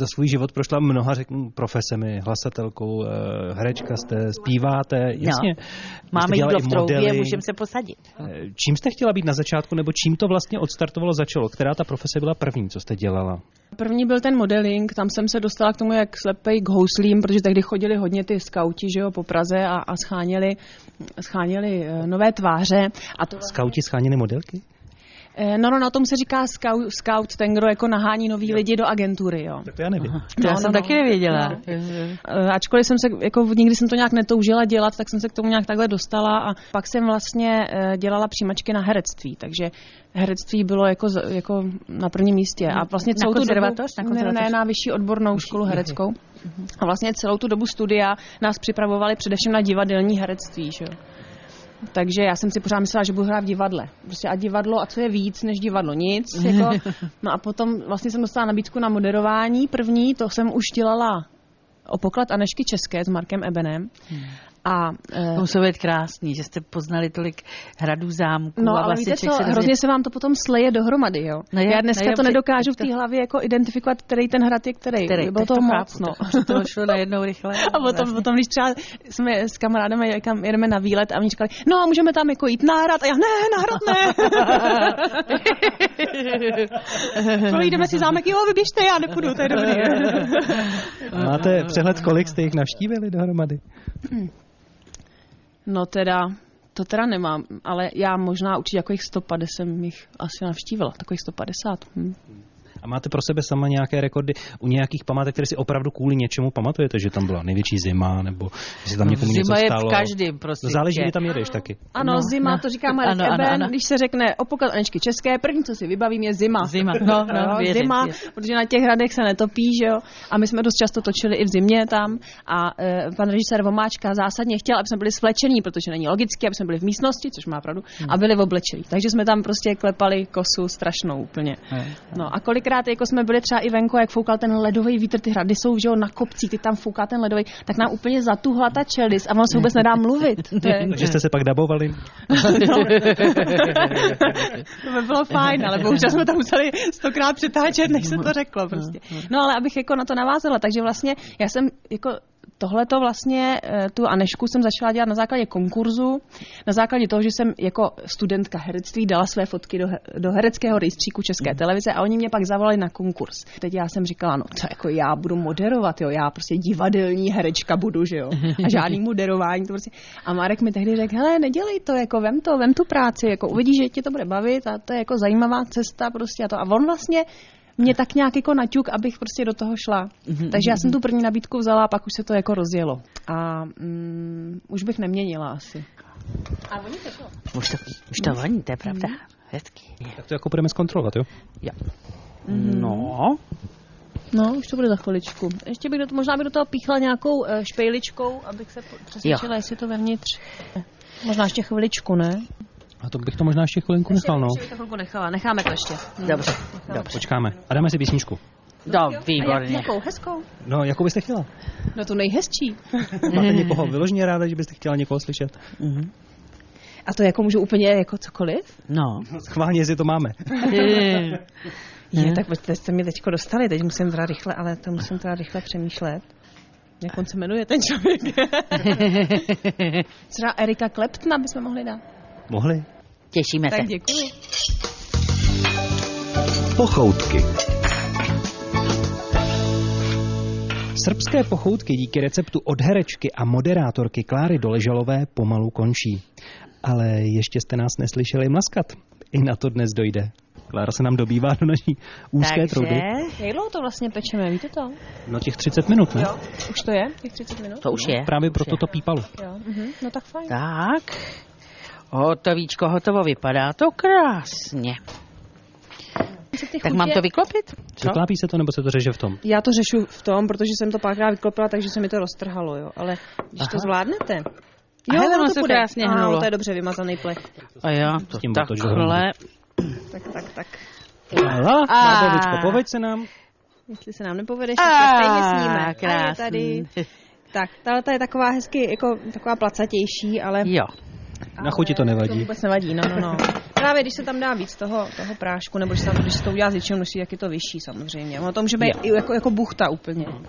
Speaker 2: za svůj život prošla mnoha řeknu, profesemi, hlasatelkou, eh, herečka jste, zpíváte, jasně. Vy jste
Speaker 3: No, Máme
Speaker 2: dělala
Speaker 3: jídlo
Speaker 2: i
Speaker 3: v troubě,
Speaker 2: modely.
Speaker 3: můžeme se posadit.
Speaker 2: Eh, Čím jste chtěla být na začátku, nebo čím to vlastně odstartovalo, začalo? Která ta profese byla první, co jste dělala?
Speaker 4: První byl ten modeling, tam jsem se dostala k tomu, jak slepej k houslím, protože tehdy chodili hodně ty skauti, že jo, po Praze a, a scháněli, scháněli eh, nové tváře. A to vlastně,
Speaker 2: Skauti scháněny modelky?
Speaker 4: eh, no, no, no, tomu se říká scout, scout, ten, kdo jako nahání nový lidi do agentury, jo.
Speaker 2: Tak to já nevím.
Speaker 3: To
Speaker 4: No,
Speaker 3: já
Speaker 4: no,
Speaker 3: jsem
Speaker 4: no.
Speaker 3: taky nevěděla.
Speaker 4: Eh, Ačkoliv jsem se, jako nikdy jsem to nějak netoužila dělat, tak jsem se k tomu nějak takhle dostala a pak jsem vlastně eh, dělala přijímačky na herectví, takže herectví bylo jako, z- jako na prvním místě. A vlastně
Speaker 3: Na
Speaker 4: celou tu dobu,
Speaker 3: konzervatoř? Na
Speaker 4: ne, ne,
Speaker 3: konzervatoř? mhm.
Speaker 4: na vyšší odbornou školu hereckou. A vlastně celou tu dobu studia nás připravovali především na divadelní herectví, že jo. Takže já jsem si pořád myslela, že budu hrát v divadle. Prostě a divadlo, a co je víc než divadlo? Nic. Jako. No a potom vlastně jsem dostala nabídku na moderování první, to jsem už dělala o poklad Anešky České s Markem Ebenem.
Speaker 3: Hmm.
Speaker 4: A, eh,
Speaker 3: To muselo být krásný, že jste poznali tolik hradů zámků
Speaker 4: No,
Speaker 3: a vlastně
Speaker 4: ale víte
Speaker 3: vlastiček.
Speaker 4: co, hrozně se vám to potom sleje dohromady, jo.
Speaker 3: No
Speaker 4: No
Speaker 3: je-
Speaker 4: Já dneska
Speaker 3: no je
Speaker 4: to
Speaker 3: při-
Speaker 4: nedokážu v
Speaker 3: to-
Speaker 4: té hlavě jako identifikovat, který ten hrad je který.
Speaker 3: Který,
Speaker 4: Bylo
Speaker 3: tak
Speaker 4: to,
Speaker 3: to
Speaker 4: moc,
Speaker 3: chápu,
Speaker 4: no.
Speaker 3: to- to vlastně. šlo najednou rychle.
Speaker 4: A potom, potom, když třeba jsme s kamarádem kam jedeme na výlet a oni říkali, no a můžeme tam jako jít na hrad. A já, ne, na hrad ne. Projdeme si zámek, jo, vyběžte, já nepůjdu, to je dobrý.
Speaker 2: Máte přehled, kolik jste jich navštívili dohromady?
Speaker 4: No teda, to teda nemám, ale já možná určitě jako jich 150 jsem jich asi navštívila, takových 150. Hm.
Speaker 2: A máte pro sebe sama nějaké rekordy u nějakých památek, které si opravdu kvůli něčemu pamatujete, že tam byla největší zima, nebo že tam někomu něco
Speaker 3: Zima je
Speaker 2: stalo?
Speaker 3: v každém, prosím
Speaker 2: No záleží,
Speaker 3: tě.
Speaker 2: kdy tam jedeš taky.
Speaker 4: Ano,
Speaker 3: No,
Speaker 4: no, zima,
Speaker 3: no.
Speaker 4: to říká Marek
Speaker 3: Ano,
Speaker 4: ano,
Speaker 3: ano,
Speaker 4: Eben.
Speaker 3: ano.
Speaker 4: Když se řekne o poklad Anečky České, první, co si vybavím, je zima.
Speaker 3: Zima, no, no,
Speaker 4: Jo,
Speaker 3: věřím,
Speaker 4: zima,
Speaker 3: věřím.
Speaker 4: protože na těch hradech se netopí, že jo. A my jsme dost často točili i v zimě tam a e, pan režisér Vomáčka zásadně chtěl, aby jsme byli svlečení, protože není logicky, aby jsme byli v místnosti, což má pravdu, a byli v oblečení. Takže jsme tam prostě klepali kosu strašnou úplně.
Speaker 3: Eh.
Speaker 4: No a kolikrát jako jsme byli třeba i venku, jak foukal ten ledový vítr, ty hrady jsou že jo, na kopcích, ty tam fouká ten ledový, tak nám úplně zatuhla ta čelis a vám se vůbec nedá mluvit. To je,
Speaker 2: Takže jste se pak dabovali.
Speaker 4: To by bylo fajn, ale bohužel jsme to museli stokrát přetáčet, než se to řeklo prostě. No ale abych jako na to navázala, takže vlastně já jsem jako tohle to vlastně, eh, tu Anešku jsem začala dělat na základě konkurzu, na základě toho, že jsem jako studentka herectví dala své fotky do, he- do hereckého rejstříku České televize a oni mě pak zavolali na konkurs. Teď já jsem říkala, no to jako já budu moderovat, jo, já prostě divadelní herečka budu, že jo, a žádný moderování, to prostě. A Marek mi tehdy řekl, hele, nedělej to, jako vem to, vem tu práci, jako uvidíš, že tě to bude bavit a to je jako zajímavá cesta prostě a to. A on vlastně mě tak nějak jako naťuk, abych prostě do toho šla. Takže já jsem tu první nabídku vzala a pak už se to jako rozjelo. A mm, už bych neměnila asi.
Speaker 3: Už to, už to voní, to je pravda. Hezký.
Speaker 2: Tak to jako budeme zkontrolovat, jo?
Speaker 3: No.
Speaker 4: No, už to bude za chviličku. Ještě bych do toho, možná bych do toho píchla nějakou eh, špejličkou, abych se po- přesvědčila, jestli to vevnitř. Možná ještě chviličku, ne?
Speaker 2: A to bych to možná ještě chvilinku nechal, no.
Speaker 4: Ještě bych to chvilku nechala, necháme to ještě. Hmm.
Speaker 3: Dobře, dobře.
Speaker 2: Počkáme. A dáme si písničku.
Speaker 3: No,
Speaker 4: A jak,
Speaker 3: výborně.
Speaker 4: jakou hezkou?
Speaker 2: No, jakou byste chtěla?
Speaker 4: No tu nejhezčí.
Speaker 2: Máte někoho vyloženě ráda, že byste chtěla někoho slyšet?
Speaker 4: A to jako můžu úplně jako cokoliv?
Speaker 3: No.
Speaker 2: Schválně, jestli to máme.
Speaker 4: Je, tak pojďte, jste mě teďko dostali, teď musím teda rychle, ale to musím teda rychle přemýšlet. Jak on se jmenuje ten člověk? Třeba Erika Kleptna bychom mohli dát.
Speaker 2: Mohli?
Speaker 3: Těšíme se.
Speaker 4: Tak děkuji.
Speaker 1: Pochoutky.
Speaker 2: Srbské pochoutky díky receptu od herečky a moderátorky Kláry Doležalové pomalu končí. Ale ještě jste nás neslyšeli mlaskat. I na to dnes dojde. Klára se nám dobývá do naší úzké trouby.
Speaker 4: Jak dlouho to vlastně pečeme, víte to?
Speaker 2: No těch 30 minut, ne?
Speaker 4: Už to je, těch 30 minut?
Speaker 3: To už je.
Speaker 2: Právě proto to pípalo.
Speaker 4: Jo. Mhm. No tak fajn.
Speaker 3: Tak. Hotovíčko, hotovo, vypadá to krásně.
Speaker 4: Co ty
Speaker 3: Tak
Speaker 4: chutě-
Speaker 3: mám to vyklopit? Co?
Speaker 2: Překlápí se to, nebo se to řeže v tom?
Speaker 9: Já to řešu v tom, protože jsem to párkrát vyklopila, takže se mi to roztrhalo, jo. Ale když Aha. to zvládnete... Jo,
Speaker 3: hele,
Speaker 9: ono
Speaker 3: ono
Speaker 9: to
Speaker 3: se
Speaker 9: půjde.
Speaker 3: krásně
Speaker 9: Ano,
Speaker 3: hnulo.
Speaker 9: to je dobře vymazaný plech.
Speaker 3: A já
Speaker 2: S
Speaker 3: to
Speaker 2: tím otoč
Speaker 3: takhle.
Speaker 2: dohromady.
Speaker 9: Tak, tak, tak.
Speaker 2: Klára,
Speaker 3: A.
Speaker 2: Nábovičko, poveď se nám.
Speaker 9: Jestli se nám nepovede, že
Speaker 3: A,
Speaker 9: to stejně sníme. A je
Speaker 3: Ah, krásný.
Speaker 9: tady. Tak, tahle ta je taková hezky, jako taková placatější, ale...
Speaker 3: Jo.
Speaker 2: Na chuti to
Speaker 4: To
Speaker 2: nevadí.
Speaker 4: vůbec nevadí, no, no, no.
Speaker 9: Právě když se tam dá víc toho, toho prášku, nebo když se, tam, když se to udělá z většího množství, jak je to vyšší samozřejmě. Ono to může být i jako, jako buchta úplně. no.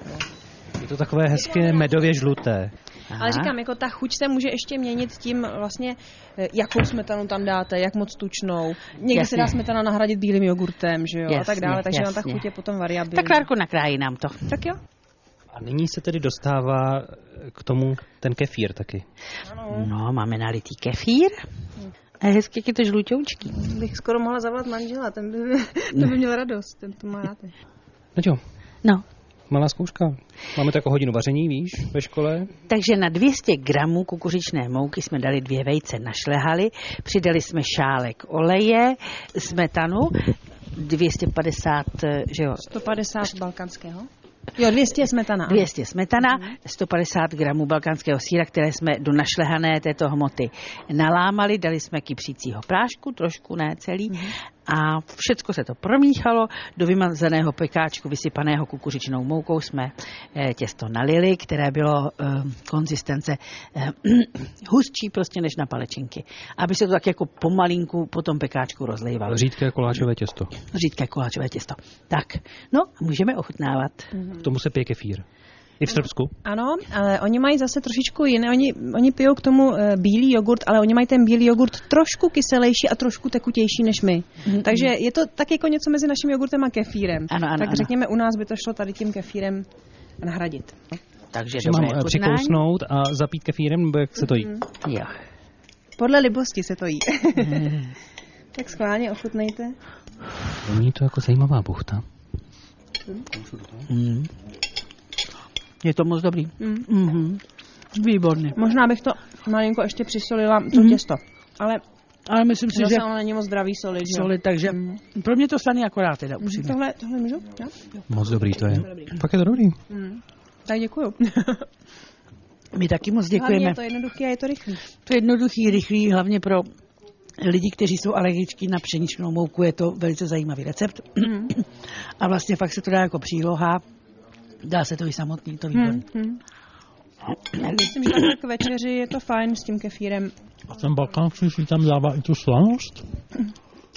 Speaker 2: Je to takové hezké medově žluté.
Speaker 9: Ale říkám, jako ta chuť se může ještě měnit tím vlastně, eh, jakou smetanu tam dáte, jak moc tučnou. Někdy
Speaker 3: Jasně.
Speaker 9: se dá smetana nahradit bílým jogurtem, že jo, a tak
Speaker 3: Jasně,
Speaker 9: dále, takže ona ta
Speaker 3: jasně.
Speaker 9: chuť je potom variabilní.
Speaker 3: Tak Klárku, nakrájí nám to.
Speaker 9: tak jo.
Speaker 2: A nyní se tedy dostává eh, k tomu ten kefír taky.
Speaker 3: No, máme nalitý kefír. A hezky jak je to žlutoučký.
Speaker 9: Bych skoro mohla zavolat manžela, ten by, ten by měl radost, ten to má rád.
Speaker 2: No jo,
Speaker 3: No,
Speaker 2: malá zkouška. Máme to jako hodinu vaření, víš, ve škole.
Speaker 3: takže na 200 gramů kukuřičné mouky jsme dali dvě vejce našlehali, přidali jsme šálek oleje, smetanu, 250, eh, že jo,
Speaker 9: 150 balkanského. Jo, 200 je smetana. ano.
Speaker 3: 200 smetana, 150 gramů balkánského síra, které jsme do našlehané této hmoty nalámali, dali jsme kypřícího prášku, trošku ne celý, A všecko se to promíchalo. Do vymazeného pekáčku vysypaného kukuřičnou moukou jsme eh, těsto nalili, které bylo eh, konzistence eh, hustší prostě než na palečinky. Aby se to tak jako pomalinku po tom pekáčku rozlejvalo.
Speaker 2: Řídké koláčové těsto.
Speaker 3: Řídké koláčové těsto. Tak, no, můžeme ochutnávat.
Speaker 2: K tomu se pije kefír. I v Srbsku.
Speaker 4: Ano, ale oni mají zase trošičku jiné. Oni, oni pijou k tomu eh, bílý jogurt, ale oni mají ten bílý jogurt trošku kyselejší a trošku tekutější než my. Takže je to tak jako něco mezi naším jogurtem a kefírem.
Speaker 3: Ano, ano,
Speaker 4: tak
Speaker 3: ano.
Speaker 4: řekněme, u nás by to šlo tady tím kefírem nahradit.
Speaker 3: Takže
Speaker 2: Mám
Speaker 3: dobré
Speaker 2: eh,
Speaker 3: poznání.
Speaker 2: přikousnout a zapít kefírem, nebo jak se to jí?
Speaker 3: Jo.
Speaker 4: Podle libosti se to jí. tak schválně ochutnejte.
Speaker 2: Není to jako zajímavá buchta. Mhm.
Speaker 3: Mm. Je to moc dobrý. Mm. Mm-hmm. Výborný.
Speaker 4: Možná bych to malinko ještě přisolila, to těsto. Ale
Speaker 3: Ale myslím si,
Speaker 4: zase
Speaker 3: že
Speaker 4: ono není moc zdravý solid, že? jo? Mhm.
Speaker 3: soli, takže pro mě to stane akorát teda upřímně.
Speaker 4: Tohle, tohle můžu? Jo?
Speaker 2: Moc dobrý to je. Fakt je to dobrý.
Speaker 4: Tak děkuju.
Speaker 3: My taky moc
Speaker 4: Hlavně
Speaker 3: děkujeme.
Speaker 4: je to jednoduché a je to rychlý.
Speaker 3: To je jednoduchý, rychlý, hlavně pro lidi, kteří jsou alergičtí na pšeničnou mouku, je to velice zajímavý recept.
Speaker 4: Mhm.
Speaker 3: A vlastně fakt se to dá jako příloha, dá se to i samotný, to výborný.
Speaker 4: Mhm. Myslím, že takhle k večeři je to fajn s tím kefírem.
Speaker 2: A ten balkánský si tam dává i tu slanost?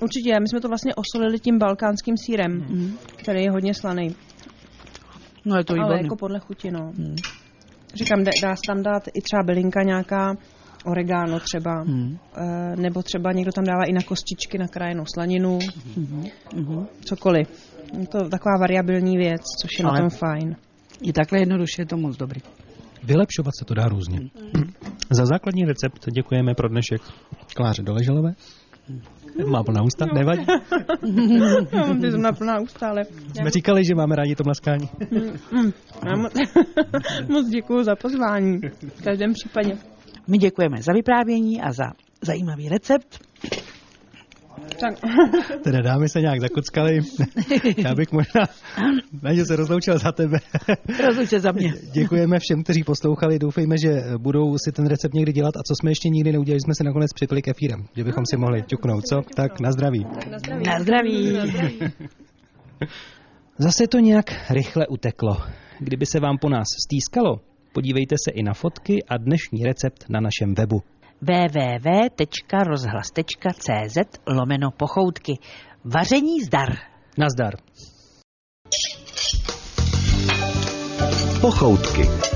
Speaker 4: Určitě, my jsme to vlastně osolili tím balkánským sírem, který je hodně slaný,
Speaker 3: No je Mhm. to
Speaker 4: ale
Speaker 3: výborný. Mhm.
Speaker 4: jako podle chuti, no. Říkám, dá, dá se tam dát i třeba bylinka nějaká, oregano třeba,
Speaker 3: Mhm.
Speaker 4: eh, nebo třeba někdo tam dává i na kostičky nakrájenou slaninu,
Speaker 3: Mhm.
Speaker 4: cokoliv. Je to taková variabilní věc, což je
Speaker 3: Ale-
Speaker 4: na tom fajn.
Speaker 3: I takhle jednoduše je to moc dobrý.
Speaker 2: Vylepšovat se to dá různě. Mm. Za základní recept děkujeme pro dnešek Kláře Doleželové. Má plná ústa, nevadí.
Speaker 4: Já mám ty zrovna plná ústa, ale...
Speaker 2: Jsme říkali, že máme rádi to maskání.
Speaker 4: Já moc, moc děkuji za pozvání. V každém případě.
Speaker 3: My děkujeme za vyprávění a za zajímavý recept.
Speaker 4: Tak,
Speaker 2: Teda dámy se nějak zakockali. Já bych možná na ně se rozloučil za tebe.
Speaker 3: Rozlučte za mě.
Speaker 2: Děkujeme všem, kteří poslouchali. Doufejme, že budou si ten recept někdy dělat a co jsme ještě nikdy neudělali, jsme se nakonec připili kefírem, že bychom si mohli ťuknout, co? Tak na zdraví.
Speaker 3: Na zdraví.
Speaker 2: Zase to nějak rychle uteklo. Kdyby se vám po nás stýskalo, podívejte se i na fotky a dnešní recept na našem webu.
Speaker 3: www.rozhlas.cz lomeno pochoutky. Vaření zdar.
Speaker 2: Nazdar.
Speaker 1: Pochoutky.